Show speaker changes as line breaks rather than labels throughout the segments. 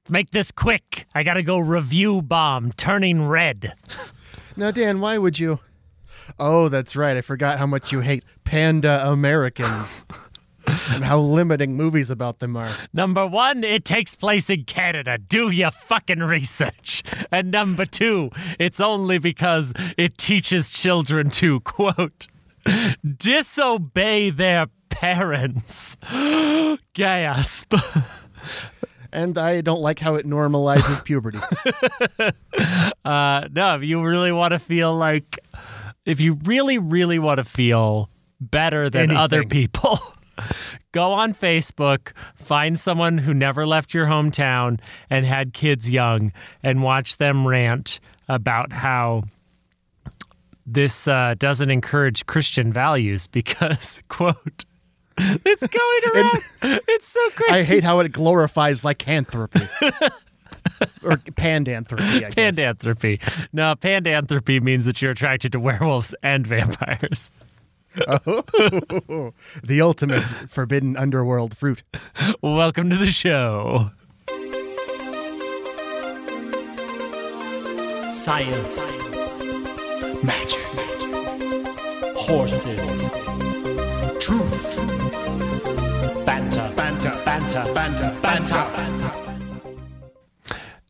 Let's make this quick. I gotta go review bomb turning red.
Now, Dan, why would you? Oh, that's right. I forgot how much you hate panda Americans and how limiting movies about them are.
Number one, it takes place in Canada. Do your fucking research. And number two, it's only because it teaches children to, quote, disobey their parents. Gasp.
And I don't like how it normalizes puberty.
Uh, no, if you really want to feel like, if you really, really want to feel better than other
Anything.
people, go on Facebook, find someone who never left your hometown and had kids young, and watch them rant about how this uh, doesn't encourage Christian values because, quote, it's going around. it's so crazy.
I hate how it glorifies lycanthropy. or pandanthropy, I guess.
Pandanthropy. No, pandanthropy means that you're attracted to werewolves and vampires.
The ultimate forbidden underworld fruit.
Welcome to the show. Science,
Magic.
horses,
Truth.
banter, banter, banter, banter, banter.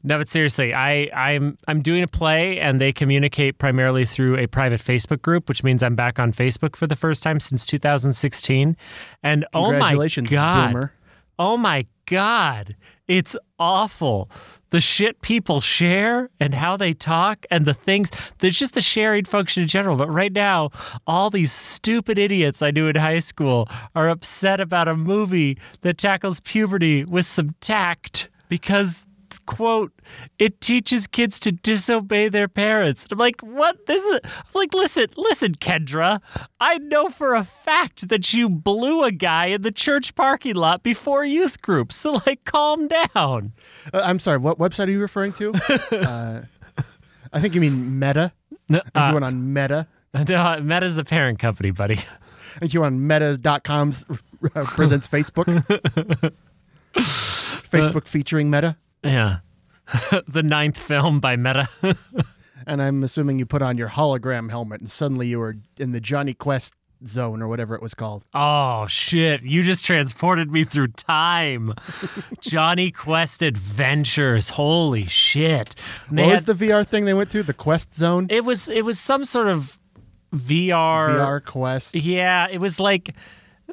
No, but seriously, I, I'm I'm doing a play, and they communicate primarily through a private Facebook group, which means I'm back on Facebook for the first time since 2016. And oh my
Congratulations,
god,
boomer.
Oh my God. It's awful. The shit people share and how they talk and the things. There's just the sharing function in general. But right now, all these stupid idiots I knew in high school are upset about a movie that tackles puberty with some tact because. Quote, it teaches kids to disobey their parents. I'm like, what? This is I'm like, listen, listen, Kendra. I know for a fact that you blew a guy in the church parking lot before youth group. So, like, calm down.
Uh, I'm sorry, what website are you referring to? uh, I think you mean Meta.
No,
I think you
uh,
went on Meta.
no, Meta's the parent company, buddy.
I think you went on Meta.com's uh, presents Facebook. Facebook featuring Meta.
Yeah. the ninth film by Meta.
And I'm assuming you put on your hologram helmet and suddenly you were in the Johnny Quest zone or whatever it was called.
oh, shit. You just transported me through time. Johnny Quest Adventures. Holy shit. And they
What was
had-
the VR thing they went to? The Quest Zone?
it was it was some sort of VR
VR Quest.
Yeah, it was like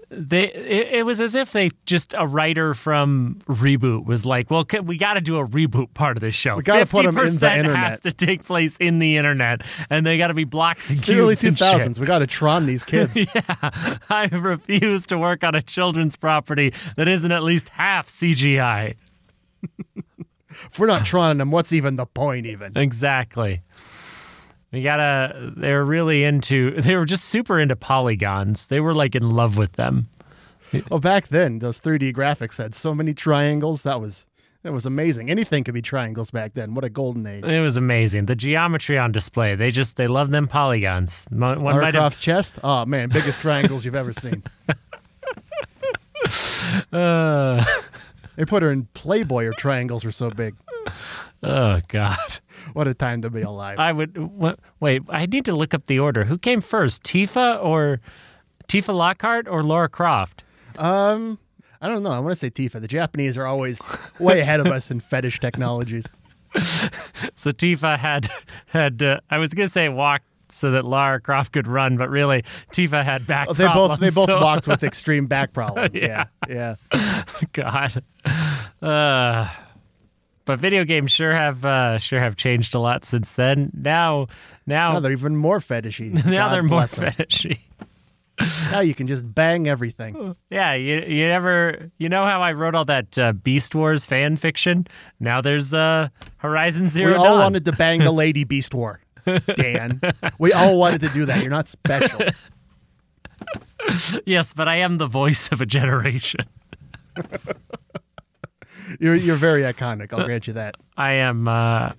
they. It, it was as if they just a writer from reboot was like, well, c we got to do a reboot part of this show. We
gotta put 'em in the
Has
internet."
to take place in the internet, and they got to be blocks and
It's the early
cubes and shit.
2000s. We got to Tron these kids.
Yeah, I refuse to work on a children's property that isn't at least half CGI.
if we're not Tron them, what's even the point even?
Exactly. We gotta. They were really into. They were just super into polygons. They were like in love with them.
Well, back then, those 3D graphics had so many triangles. That was that was amazing. Anything could be triangles back then. What a golden age.
It was amazing. The geometry on display. They just they love them polygons. Mo- One might have,
Arcroft's chest. Oh man, biggest triangles you've ever seen. They put her in Playboy. Her triangles were so big.
oh god.
What a time to be alive.
I would wha- wait. I need to look up the order. Who came first, Tifa or Tifa Lockhart or Laura Croft?
I don't know. I want to say Tifa. The Japanese are always way ahead of us in fetish technologies.
So Tifa had had. Uh, I was gonna say walked so that Laura Croft could run, but really Tifa had back
Oh, they both
problems.
they both
so-
walked with extreme back problems. yeah. yeah,
God. Uh, but video games sure have uh, sure have changed a lot since then. Now now.
Now they're even more fetishy.
now
God
they're more
bless 'em.
fetishy.
Now you can just bang everything.
Yeah, you you never you know how I wrote all that uh, Beast Wars fan fiction. Now there's uh, Horizon Zero
We all
Dawn.
wanted to bang the Lady Beast War, Dan. We all wanted to do that. You're not special.
yes, but I am the voice of a generation.
You're you're very iconic. I'll grant you that.
I am. Uh,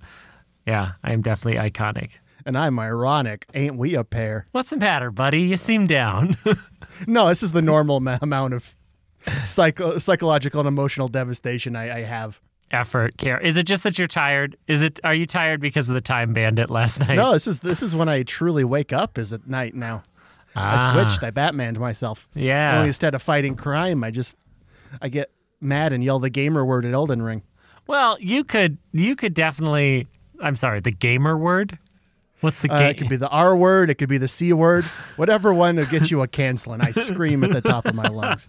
yeah, I am definitely iconic.
And I'm ironic. Ain't we a pair?
What's the matter, buddy? You seem down.
No, this is the normal ma- amount of psycho- psychological and emotional devastation I, I have.
effort care? Is it just that you're tired? Is it are you tired because of the time bandit last night?
No, this is this is when I truly wake up is at night now. I switched. I Batmaned myself.
Ah. Yeah.
Only instead of fighting crime, I just I get mad and yell the gamer word at Elden Ring.
Well, you could you could definitely I'm sorry, the gamer word? What's the
Uh,
game?
it could be the R word. It could be the C word. Whatever one will get you a canceling. I scream at the top of my lungs.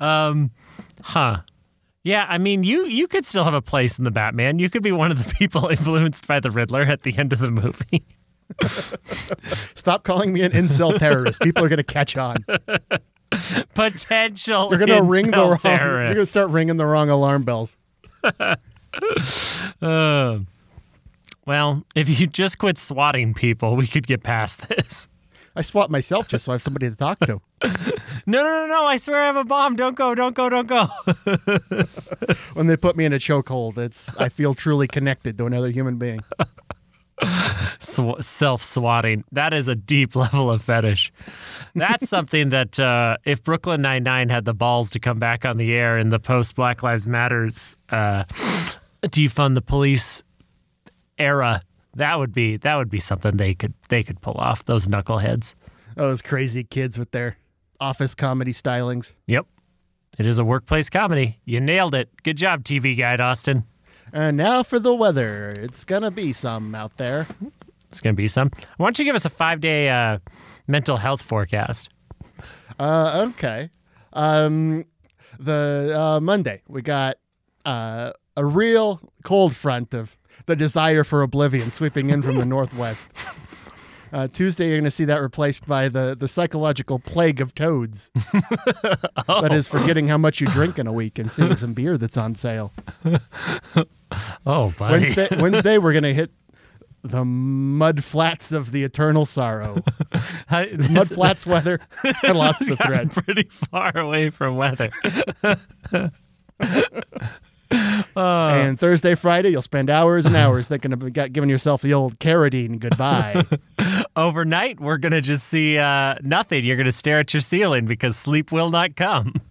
Huh. Yeah, I mean, you you could still have a place in the Batman. You could be one of the people influenced by the Riddler at the end of the movie.
Stop calling me an incel terrorist. People are gonna catch on.
Potential.
You're gonna ring the wrong.
incel
You're gonna
terrorist.
start ringing the wrong alarm bells.
Uh, well, if you just quit swatting people, we could get past this.
I swat myself just so I have somebody to talk to.
No, no, no, no! I swear I have a bomb. Don't go! Don't go! Don't go!
When they put me in a chokehold, it's I feel truly connected to another human being.
Sw- Self swatting. That is a deep level of fetish. That's something that uh, if Brooklyn Nine Nine had the balls to come back on the air in the post Black Lives Matters uh, defund the police era, that would be that would be something they could they could pull off. Those knuckleheads.
Those crazy kids with their office comedy stylings.
Yep. It is a workplace comedy. You nailed it. Good job, TV Guide Austin.
And now for the weather. It's gonna be some out there.
It's going to be some. Why don't you give us a five day uh, mental health forecast?
Uh, okay. Um, the uh, Monday we got uh, a real cold front of the desire for oblivion sweeping in from the northwest. Uh, Tuesday you're going to see that replaced by the the psychological plague of toads. That is forgetting how much you drink in a week and seeing some beer that's on sale.
Oh, buddy.
Wednesday Wednesday we're going to hit the mud flats of the eternal sorrow.
I- this
Mud flats weather and lots of
got
threats.
pretty far away from weather.
and Thursday, Friday, you'll spend hours and hours thinking about giving yourself the old carotene goodbye.
Overnight, we're going to just see uh, nothing. You're going to stare at your ceiling because sleep will not come.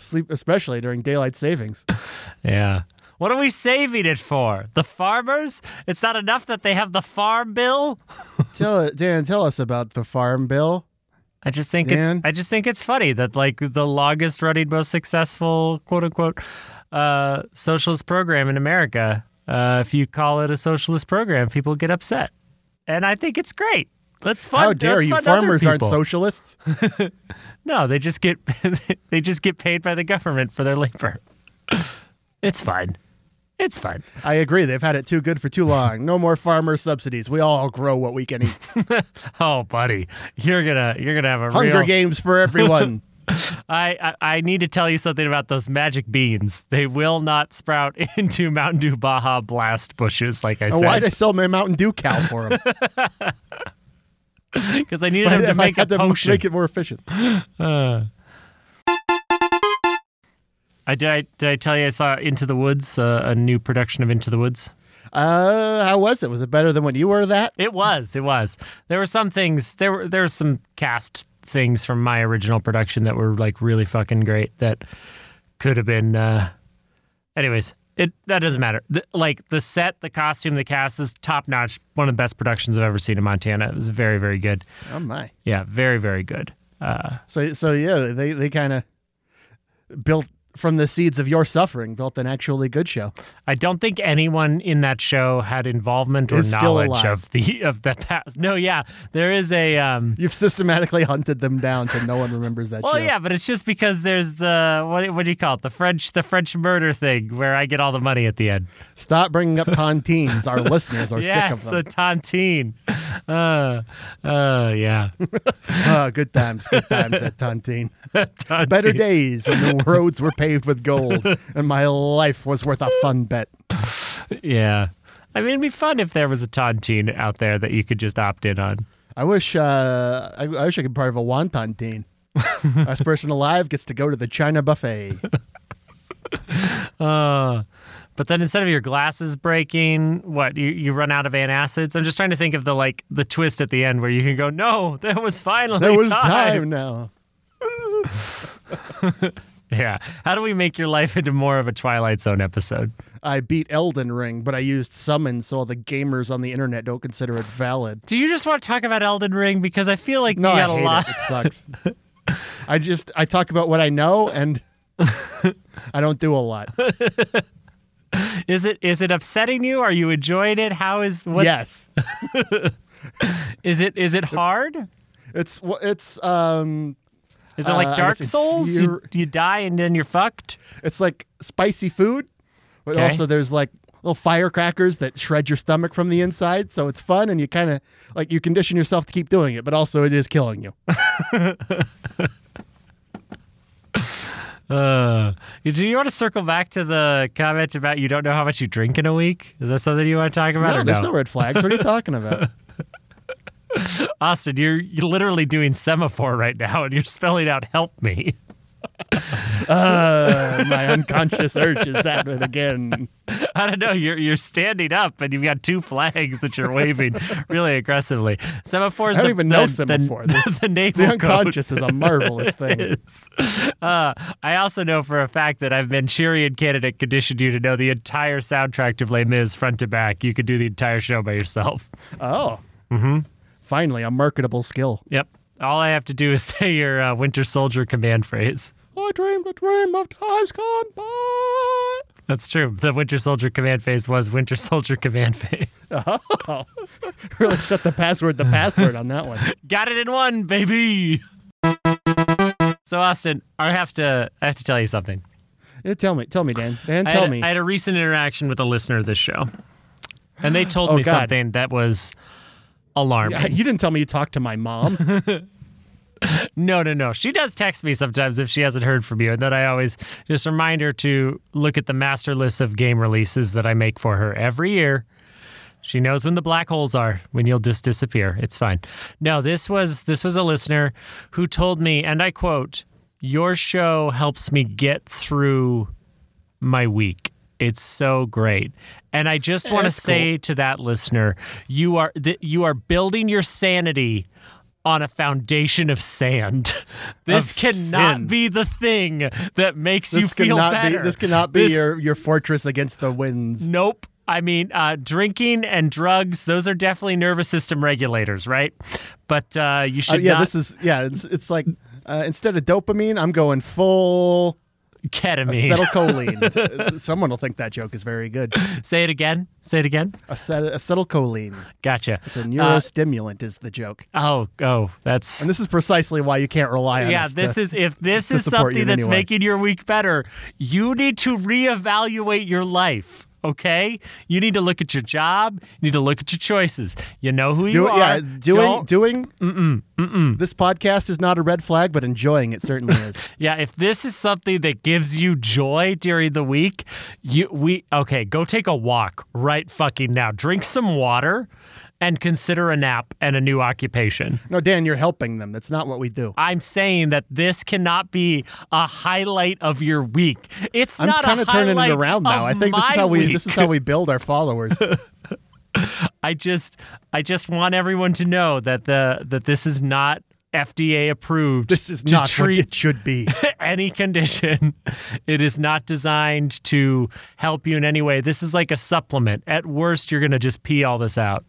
Sleep, especially during daylight savings.
Yeah. What are we saving it for? The farmers? It's not enough that they have the farm bill?
Tell uh, Dan, tell us about the farm bill.
I just think
Dan?
it's I just think it's funny that like the longest running, most successful quote unquote uh, socialist program in America. Uh, if you call it a socialist program, people get upset, and I think it's great. Let's fund.
How dare
let's
you?
fund other
Farmers aren't
people.
socialists.
No, they just get they just get paid by the government for their labor. It's fine. It's fine.
I agree. They've had it too good for too long. No more farmer subsidies. We all grow what we can eat.
Oh, buddy, you're gonna you're gonna have a
Hunger
real.
Games for everyone.
I, I I need to tell you something about those magic beans. They will not sprout into Mountain Dew Baja Blast bushes, like I
And why'd I
said,
sell my Mountain Dew cow for them?
because I needed them to make a
had to
potion.
make it more efficient.
I did. I, did I tell you I saw Into the Woods, uh, a new production of Into the Woods?
Uh, how was it? Was it better than when you were that?
It was. It was. There were some things. There were there were some cast things from my original production that were like really fucking great. That could have been. Uh, anyways, it that doesn't matter. The, like the set, the costume, the cast is top notch. One of the best productions I've ever seen in Montana. It was very very good.
Oh my.
Yeah, very very good. Uh,
So so yeah, they they kind of built from the seeds of your suffering, built an actually good show.
I don't think anyone in that show had involvement or
Is still
knowledge
alive.
of the of the past. No, yeah, there is a um,
You've systematically hunted them down, so no one remembers that
Well,
show.
yeah, but it's just because there's the what, what do you call it? The French the French murder thing where I get all the money at the end.
Stop bringing up tontines. Our listeners are
yes,
sick of them.
the tontine. Uh, uh, yeah.
oh, good times, good times at tontine.
Tontine.
Better days when the roads were paved with gold, and my life was worth a fun bet.
Yeah. I mean, it'd be fun if there was a tontine out there that you could just opt in on.
I wish uh, I, I wish I could be part of a wonton teen. Last person alive gets to go to the China buffet.
Uh, but then instead of your glasses breaking, what you, you run out of antacids? I'm just trying to think of the like the twist at the end where you can go, no, there was finally
There was
time.
time now.
Yeah. How do we make your life into more of a Twilight Zone episode?
I beat Elden Ring, but I used summon, so all the gamers on the internet don't consider it valid.
Do you just want to talk about Elden Ring? Because I feel like
No,
you
I
got a
hate
lot.
it. It sucks. I just I talk about what I know, and I don't do a lot.
Is it is it upsetting you? Are you enjoying it? How is what is
Yes,
it is it hard?
it's wh- it's um
Is it like
Uh, I
Dark
guess if
Souls? You,
you're-
you die and then you're fucked.
it's like spicy food, but
Okay.
also there's like little firecrackers that shred your stomach from the inside. So it's fun, and you kind of like you condition yourself to keep doing it, but also it is killing you.
Uh, do you want to circle back to the comment about you don't know how much you drink in a week? Is that something you want to talk about?
No,
or
there's no red flags. What are you talking about?
Austin, you're, you're literally doing semaphore right now, and you're spelling out "help me."
Uh, my unconscious urges at it again.
I don't know. You're you're standing up, and you've got two flags that you're waving really aggressively. Semaphore is
I don't
the,
even know
the,
semaphore.
The,
The-
the naval
The
code.
unconscious is a marvelous thing.
is. Uh, I also know for a fact that I've Manchurian candidate conditioned you to know the entire soundtrack to Les Mis front to back. You could do the entire show by yourself.
Oh. Mm-hmm. Finally, a marketable skill.
Yep. All I have to do is say your uh, Winter Soldier command phrase.
I dreamed a dream of times gone by.
That's true. The Winter Soldier command phase was Winter Soldier command phase.
Really set the password, the password on that one.
Got it in one, baby. So Austin, I have to I have to tell you something.
Yeah, Eh, tell me, tell me, Dan. Dan,
I
tell
had,
me.
I had a recent interaction with a listener of this show, and they told
Oh,
me
God.
something that was alarming.
Yeah, you didn't tell me you talked to my mom.
No, no, no. She does text me sometimes if she hasn't heard from you. And then I always just remind her to look at the master list of game releases that I make for her every year. She knows when the black holes are, when you'll just disappear. It's fine. No, this was this was a listener who told me, and I quote, "Your show helps me get through my week. It's so great." And I just want to
that's cool.
say to that listener, you are th- you are building your sanity on a foundation of sand. This
Of
cannot
sin.
be the thing that makes you
This
feel
cannot be.
better.
This cannot be
This-
your your fortress against the winds.
Nope. I mean, uh, drinking and drugs, those are definitely nervous system regulators, right? But uh, you
Uh,
should
yeah,
not
this is. Yeah, it's, it's like uh, instead of dopamine, I'm going full
ketamine.
acetylcholine. Someone will think that joke is very good.
Say it again. Say it again.
Acet- acetylcholine,
Gotcha.
it's a neurostimulant, is the joke.
oh, oh, that's
And this is precisely why you can't rely on
yeah.
us to-
This is if this
uh, to
is
support you
something
in
that's
any way.
making your week better, you need to reevaluate your life. Okay, you need to look at your job. You need to look at your choices. You know who you
Do,
are.
yeah, doing
Don't-
doing this podcast is not a red flag, but enjoying it certainly is.
Yeah, if this is something that gives you joy during the week, you we okay, go take a walk right fucking now. Drink some water and consider a nap and a new occupation.
No, Dan, you're helping them. That's not what we do.
I'm saying that this cannot be a highlight of your week. It's
I'm
not
kind
a
of turning
highlight
it around
of
now. I think this is
my
how we
week.
this is how we build our followers.
I just I just want everyone to know that the that this is not FDA approved.
this is
to
not
treat
what it should be.
any condition. It is not designed to help you in any way. This is like a supplement. At worst, you're going to just pee all this out.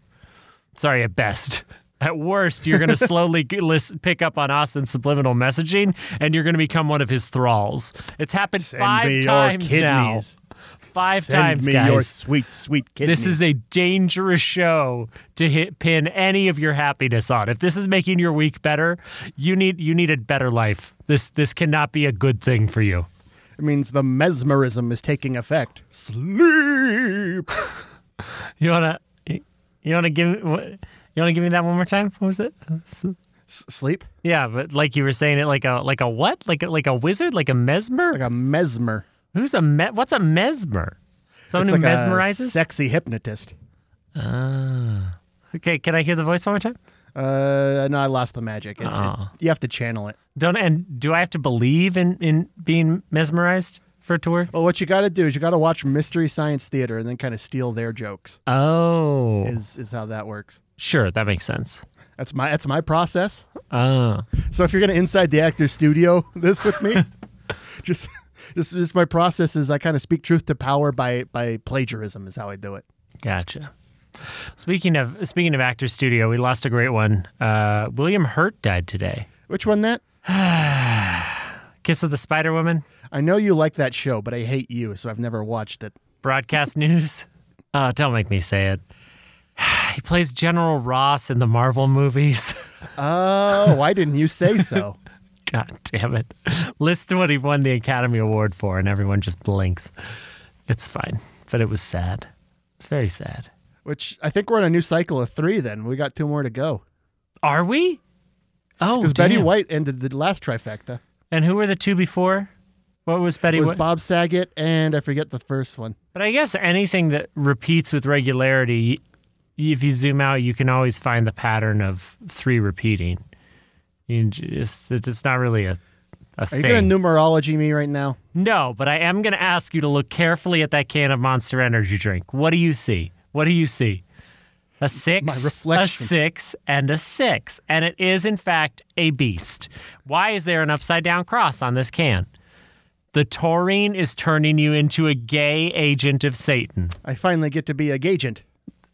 Sorry, at best. At worst, you're going to slowly g- lis- pick up on Austin's subliminal messaging and you're going to become one of his thralls. It's happened
Send
five
me
times
your
now.
kidneys.
Five
Send
times,
me
guys.
your sweet, sweet kidneys.
This is a dangerous show to hit pin any of your happiness on. If this is making your week better, you need you need a better life. This this cannot be a good thing for you.
it means the mesmerism is taking effect. Sleep.
You wanna you wanna give what, you wanna give me that one more time? What was it? S-
S- sleep
Yeah, but like you were saying it like a like a what? Like a, like a wizard? Like a mesmer?
like a mesmer.
Who's a me- what's a mesmer? Someone
It's
who
like a
mesmerizes?
sexy hypnotist.
okay, can I hear the voice one more time?
Uh, no, I lost the magic. It- it- you have to channel it.
Don't and do I have to believe in in being mesmerized for it to work?
Well, what you got to do is you got to watch Mystery Science Theater and then kind of steal their jokes.
Oh,
Is is how that works.
sure, that makes sense.
That's my that's my process.
Oh,
So if you're gonna inside the actor's studio this with me, just, just, just my process is I kind of speak truth to power by by plagiarism is how I do it.
Gotcha. Speaking of speaking of actor studio, we lost a great one. Uh, William Hurt died today.
Which one that?
Kiss of the Spider Woman,
I know you like that show, but I hate you, so I've never watched it.
broadcast news. Oh, don't make me say it. He plays General Ross in the Marvel movies.
Oh, why didn't you say so?
God damn it. List what he won the Academy Award for, and everyone just blinks. It's fine, but it was sad. It's very sad.
Which I think we're on a new cycle of three. Then we got two more to go
Are we? Oh,
because Betty
damn.
White ended the last trifecta.
And who were the two before? What was Betty
It was
White?
Bob Saget and I forget the first one.
But I guess anything that repeats with regularity, y- if you zoom out, you can always find the pattern of three repeating. You just, it- it's not really a, a
Are
thing.
you going to numerology me right now?
no, but I am going to ask you to look carefully at that can of Monster Energy drink. What do you see? What do you see? A six, a
reflection.
six, and a six. And it is, in fact, a beast. Why is there an upside down cross on this can? The taurine is turning you into a gay agent of Satan.
I finally get to be a agent.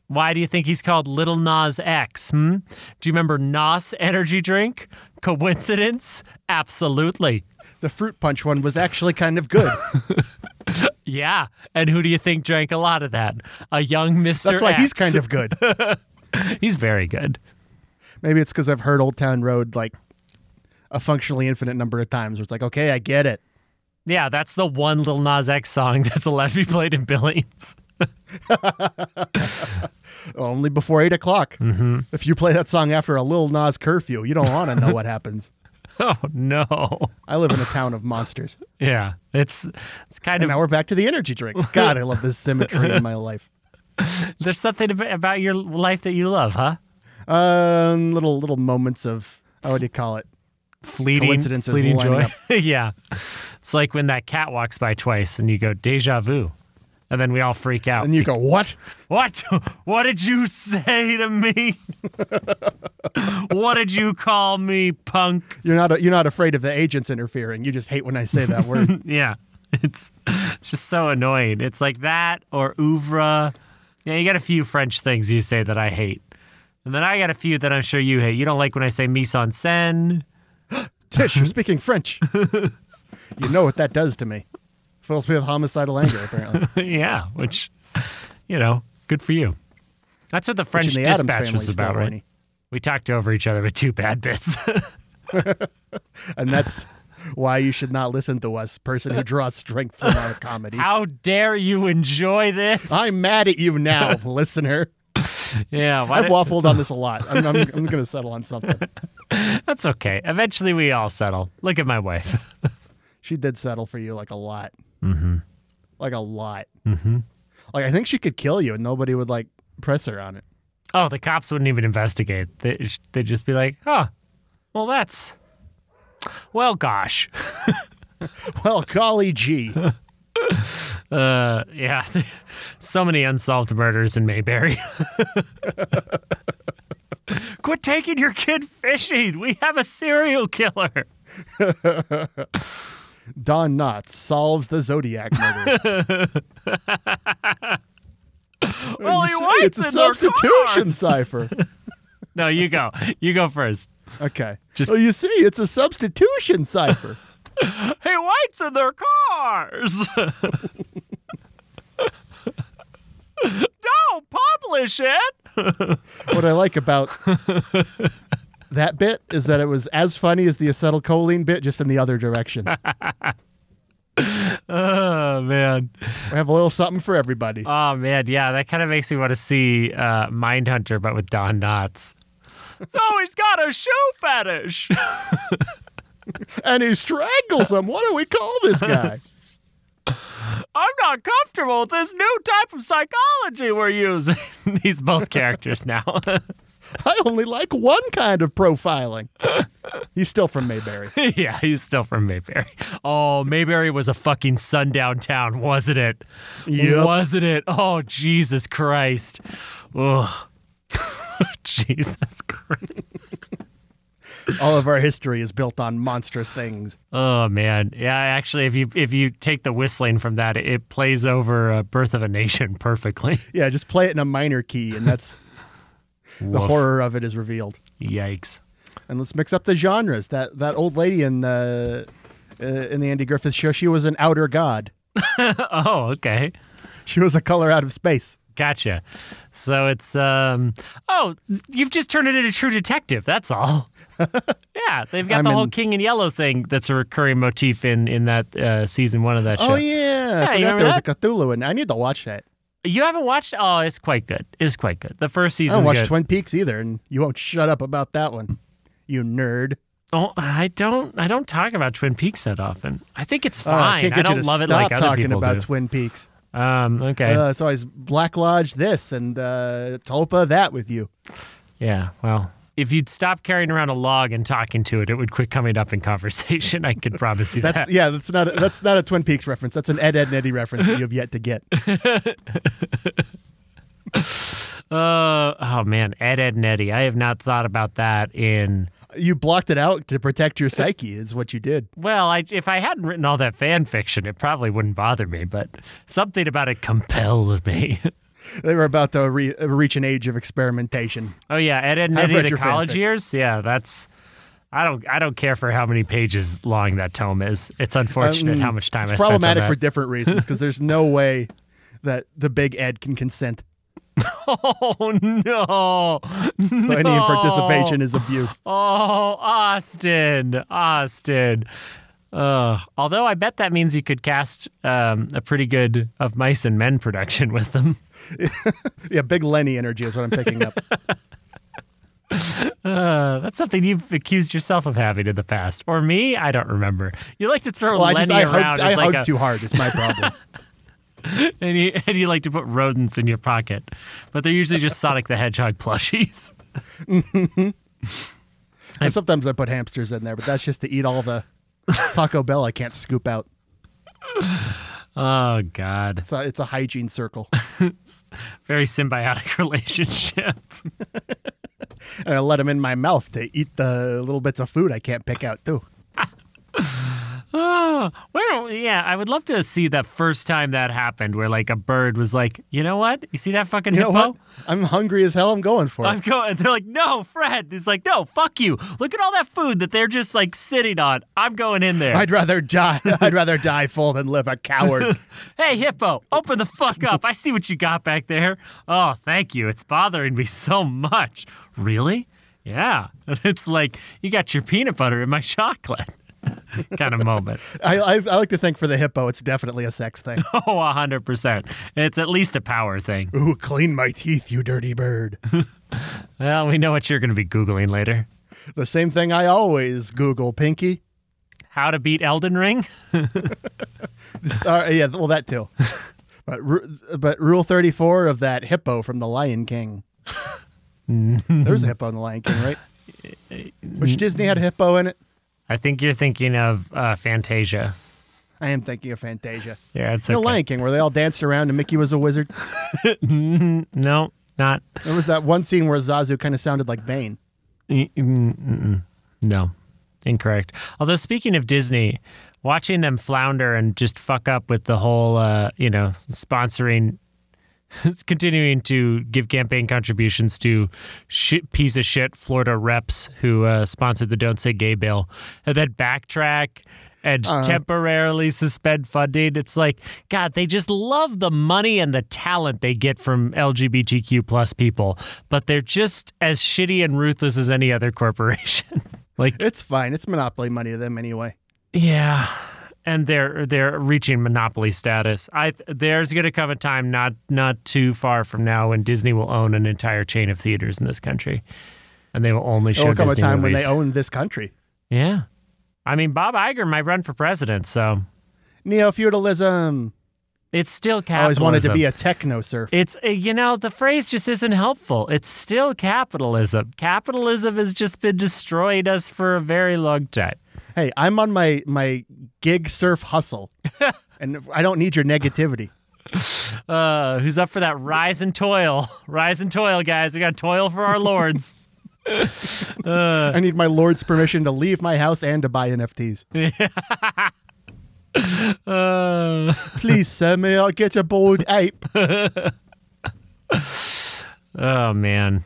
Why do you think he's called Little Nas X? Hmm? Do you remember Nas energy drink? Coincidence? Absolutely.
The fruit punch one was actually kind of good.
Yeah. And who do you think drank a lot of that? A young Mr.
That's why
X.
he's kind of good.
He's very good.
Maybe it's because I've heard Old Town Road like a functionally infinite number of times where it's like, okay, I get it.
Yeah, that's the one Little Nas X song that's allowed to be played in Billings.
Only before eight o'clock. Mm-hmm. If you play that song after a Lil Nas curfew, you don't want to know what happens.
Oh no.
I live in a town of monsters.
Yeah. It's it's kind
And
of
now we're back to the energy drink. God, I love this symmetry in my life.
there's something ab- about your life that you love, huh?
Um, little little moments of oh, what do you call it?
Fleeting
Coincidences
fleeting
lining
joy.
up.
yeah. It's like when that cat walks by twice and you go deja vu. And then we all freak out.
And you go, what?
What? What did you say to me? what did you call me, punk?
You're not you're not afraid of the agents interfering. You just hate when I say that word.
Yeah, it's it's just so annoying. It's like that or ouvre. Yeah, you got a few French things you say that I hate, and then I got a few that I'm sure you hate. You don't like when I say mise en scène.
Tish, you're speaking French. you know what that does to me. Fills me with homicidal anger, apparently.
yeah, which you know, good for you. That's what the French
Which in the Addams
Dispatch
family
was
is still
about, right?
horny.
We talked over each other with two bad bits.
And that's why you should not listen to us, person who draws strength from our comedy.
How dare you enjoy this?
I'm mad at you now, listener.
yeah. Why
I've
did-
waffled on this a lot. I'm, I'm, I'm going to settle on something.
That's okay. Eventually, we all settle. Look at my wife.
She did settle for you like a lot. Mm-hmm. Like a lot. Mm-hmm. Like, I think she could kill you and nobody would like press her on it.
Oh, the cops wouldn't even investigate. They, they'd just be like, huh, well, that's. Well, gosh.
Well, golly gee.
Uh, yeah. so many unsolved murders in Mayberry. Quit taking your kid fishing. We have a serial killer.
Don Knotts solves the Zodiac murders.
Well,
You
he
say
wiped
it's a
in their
substitution
cars.
cipher.
No, you go. You go first.
Okay.
Just-
oh, you see, it's a substitution cipher.
Hey, whites in their cars. Don't publish it.
what I like about that bit is that it was as funny as the acetylcholine bit, just in the other direction.
Oh man.
We have a little something for everybody.
Oh man. Yeah, that kind of makes me want to see uh, Mindhunter, but with Don Knotts. so he's got a shoe fetish.
and he strangles him. What do we call this guy?
I'm not comfortable with this new type of psychology we're using. He's both characters now.
I only like one kind of profiling. He's still from Mayberry.
yeah, he's still from Mayberry. Oh, Mayberry was a fucking sundown town, wasn't it?
Yep.
Wasn't it? Oh, Jesus Christ. Ugh. Jesus Christ.
All of our history is built on monstrous things.
Oh man, yeah. Actually, if you if you take the whistling from that, it plays over uh, "Birth of a Nation" perfectly.
Yeah, just play it in a minor key, and that's the
Woof.
horror of it is revealed.
Yikes.
And let's mix up the genres. That that old lady in the uh, in the Andy Griffith show, she was an outer god.
Oh, okay.
She was a color out of space.
Gotcha. So it's um. Oh, you've just turned it into True Detective. That's all. yeah, they've got
I'm
the whole
in-
King in Yellow thing. That's a recurring motif in in that uh, season one of that show.
Oh yeah,
you
I forgot
remember
there was
that?
a Cthulhu, and I need to watch that.
You haven't watched? Oh, it's quite good. It's quite good. The first
I
season.
don't watch
good.
Twin Peaks either, and you won't shut up about that one, you nerd.
Oh, I don't. I don't talk about Twin Peaks that often. I think it's
Oh, I
fine.
can't
I
get you
don't
to
love
stop
it like other
talking
people
about
do.
Twin Peaks.
um. Okay.
Uh, it's always Black Lodge this and uh, Tulpa that with you.
yeah. Well, if you'd stop carrying around a log and talking to it, it would quit coming up in conversation. I could promise you
That's
that.
yeah. That's not a, that's not a Twin Peaks reference. That's an Ed Ed and Eddie reference that you have yet to get.
Uh. Oh man. Ed Ed and Eddie. I have not thought about that in.
You blocked it out to protect your psyche. Is what you did.
Well, I, if I hadn't written all that fan fiction, it probably wouldn't bother me. But something about it compelled me.
They were about to re- reach an age of experimentation.
Oh yeah, Ed, Ed and
I've
Eddie
read
the
your
college
fanfic.
years. Yeah, that's. I don't. I don't care for how many pages long that tome is. It's unfortunate
Um,
how much time
It's
I spent on
problematic for
that.
different reasons because there's no way that the big Ed can consent.
oh no!
So any
No.
participation is abuse.
Oh, Austin, Austin. Uh, although I bet that means you could cast um, a pretty good of mice and men production with them.
Yeah, big Lenny energy is what I'm picking up.
Uh, that's something you've accused yourself of having in the past, or me. I don't remember. You like to throw
Well, I
Lenny
just I
around
hugged, I
as like
hugged
a,
too hard. It's my problem.
and you, and you like to put rodents in your pocket, but they're usually just Sonic the Hedgehog plushies.
And sometimes I put hamsters in there, but that's just to eat all the Taco Bell I can't scoop out.
Oh God,
It's a, it's a hygiene circle.
very symbiotic relationship.
And I let them in my mouth to eat the little bits of food I can't pick out, too.
Oh, well, yeah, I would love to see that first time that happened, where like a bird was like, you know what? You see that fucking
You know
hippo?
what? I'm hungry as hell. I'm going for
I'm
it.
going. They're like, no, Fred. He's like, no, fuck you. Look at all that food that they're just like sitting on. I'm going in there.
I'd rather die. I'd rather die full than live a coward.
Hey, hippo, open the fuck up. I see what you got back there. Oh, thank you. It's bothering me so much. Really? Yeah. And it's like, you got your peanut butter in my chocolate kind of moment.
I, I, I like to think for the hippo, it's definitely a sex thing.
Oh, 100%. It's at least a power thing.
Ooh, clean my teeth, you dirty bird.
Well, we know what you're going to be Googling later.
The same thing I always Google, Pinky.
How to beat Elden Ring?
Star, yeah, well, that too. But, ru- but rule 34 of that hippo from The Lion King.
Mm.
There's a hippo in The Lion King, right? Which Disney had a hippo in it?
I think you're thinking of uh, Fantasia.
I am thinking of Fantasia.
Yeah, it's
No
okay.
Lion King, where they all danced around and Mickey was a wizard.
No, not.
There was that one scene where Zazu kind of sounded like Bane.
Mm, mm, mm. No, incorrect. Although speaking of Disney, watching them flounder and just fuck up with the whole, uh, you know, sponsoring, continuing to give campaign contributions to shit, piece of shit Florida reps who uh, sponsored the Don't Say Gay bill, and then backtrack. And temporarily suspend funding. It's like, God, they just love the money and the talent they get from LGBTQ plus people, but they're just as shitty and ruthless as any other corporation. like,
It's fine. It's monopoly money to them anyway.
yeah, and they're they're reaching monopoly status. I there's going to come a time not not too far from now when Disney will own an entire chain of theaters in this country, and they will only show
There will come a
Disney
time when
movies.
they own this country.
yeah, I mean Bob Iger might run for president, so
Neo feudalism.
it's still
I
capitalism.
always wanted to be a techno surf.
It's uh, you know the phrase just isn't helpful. It's still capitalism. Capitalism has just been destroying us for a very long time.
Hey, I'm on my my gig surf hustle, and I don't need your negativity.
Uh, who's up for that rise and toil? Rise and toil, guys. We got to toil for our lords.
I need my Lord's permission to leave my house and to buy NFTs.
Uh,
Please, sir, may I get a bald ape?
oh man,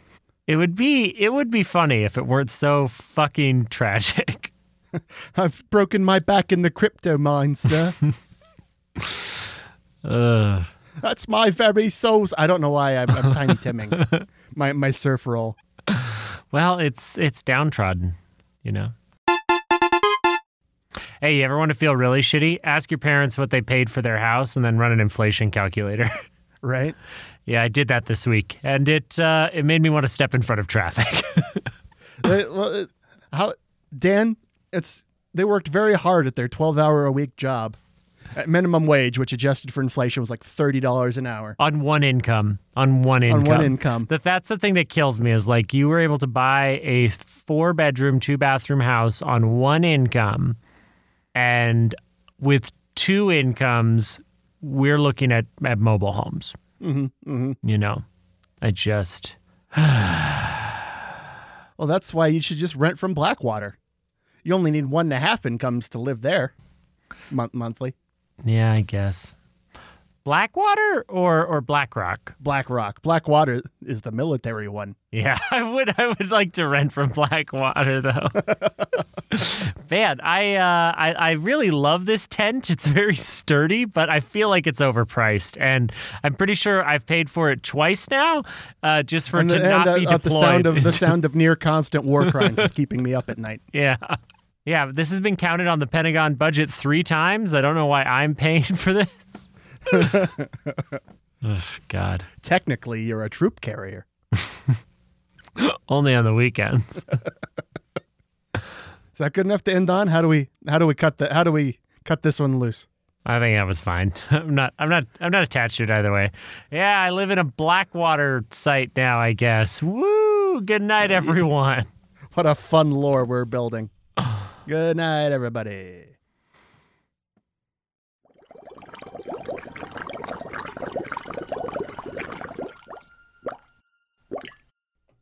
it would be it would be funny if it weren't so fucking tragic.
I've broken my back in the crypto mine, sir.
Ugh.
That's my very soul's. I don't know why I'm, I'm tiny timming. My my surf roll.
Well, it's it's downtrodden, you know. Hey, you ever want to feel really shitty? Ask your parents what they paid for their house and then run an inflation calculator.
Right.
yeah, I did that this week, and it uh, it made me want to step in front of traffic.
They- Uh, well, it- how Dan? It's they worked very hard at their twelve-hour-a-week job, at minimum wage, which adjusted for inflation was like thirty dollars an hour.
on one income on one income
one income.
that that's the thing that kills me is like you were able to buy a four bedroom two bathroom house on one income and with two incomes we're looking at at mobile homes mm-hmm, you know i just
Well, that's why you should just rent from Blackwater. You only need one and a half incomes to live there, month monthly.
yeah i guess blackwater or or blackrock
BlackRock. Blackwater is the military one.
Yeah, I would. I would like to rent from Blackwater, though. Man, I, uh, I I really love this tent. It's very sturdy, but I feel like it's overpriced, and I'm pretty sure I've paid for it twice now, uh, just for it
And,
to
the,
not
and
be
uh, uh,
deployed.
the sound of the sound of near constant war crimes is keeping me up at night.
yeah, yeah. but This has been counted on the Pentagon budget three times. I don't know why I'm paying for this. Ugh, God,
Technically, you're a troop carrier.
only on the weekends.
Is that good enough to end on? How do we how do we cut the how do we cut this one loose?
I think that was fine. I'm not. I'm not. I'm not attached to it either way. Yeah, I live in a Blackwater site now. I guess. Woo! Good night, everyone.
What a fun lore we're building. Good night, everybody.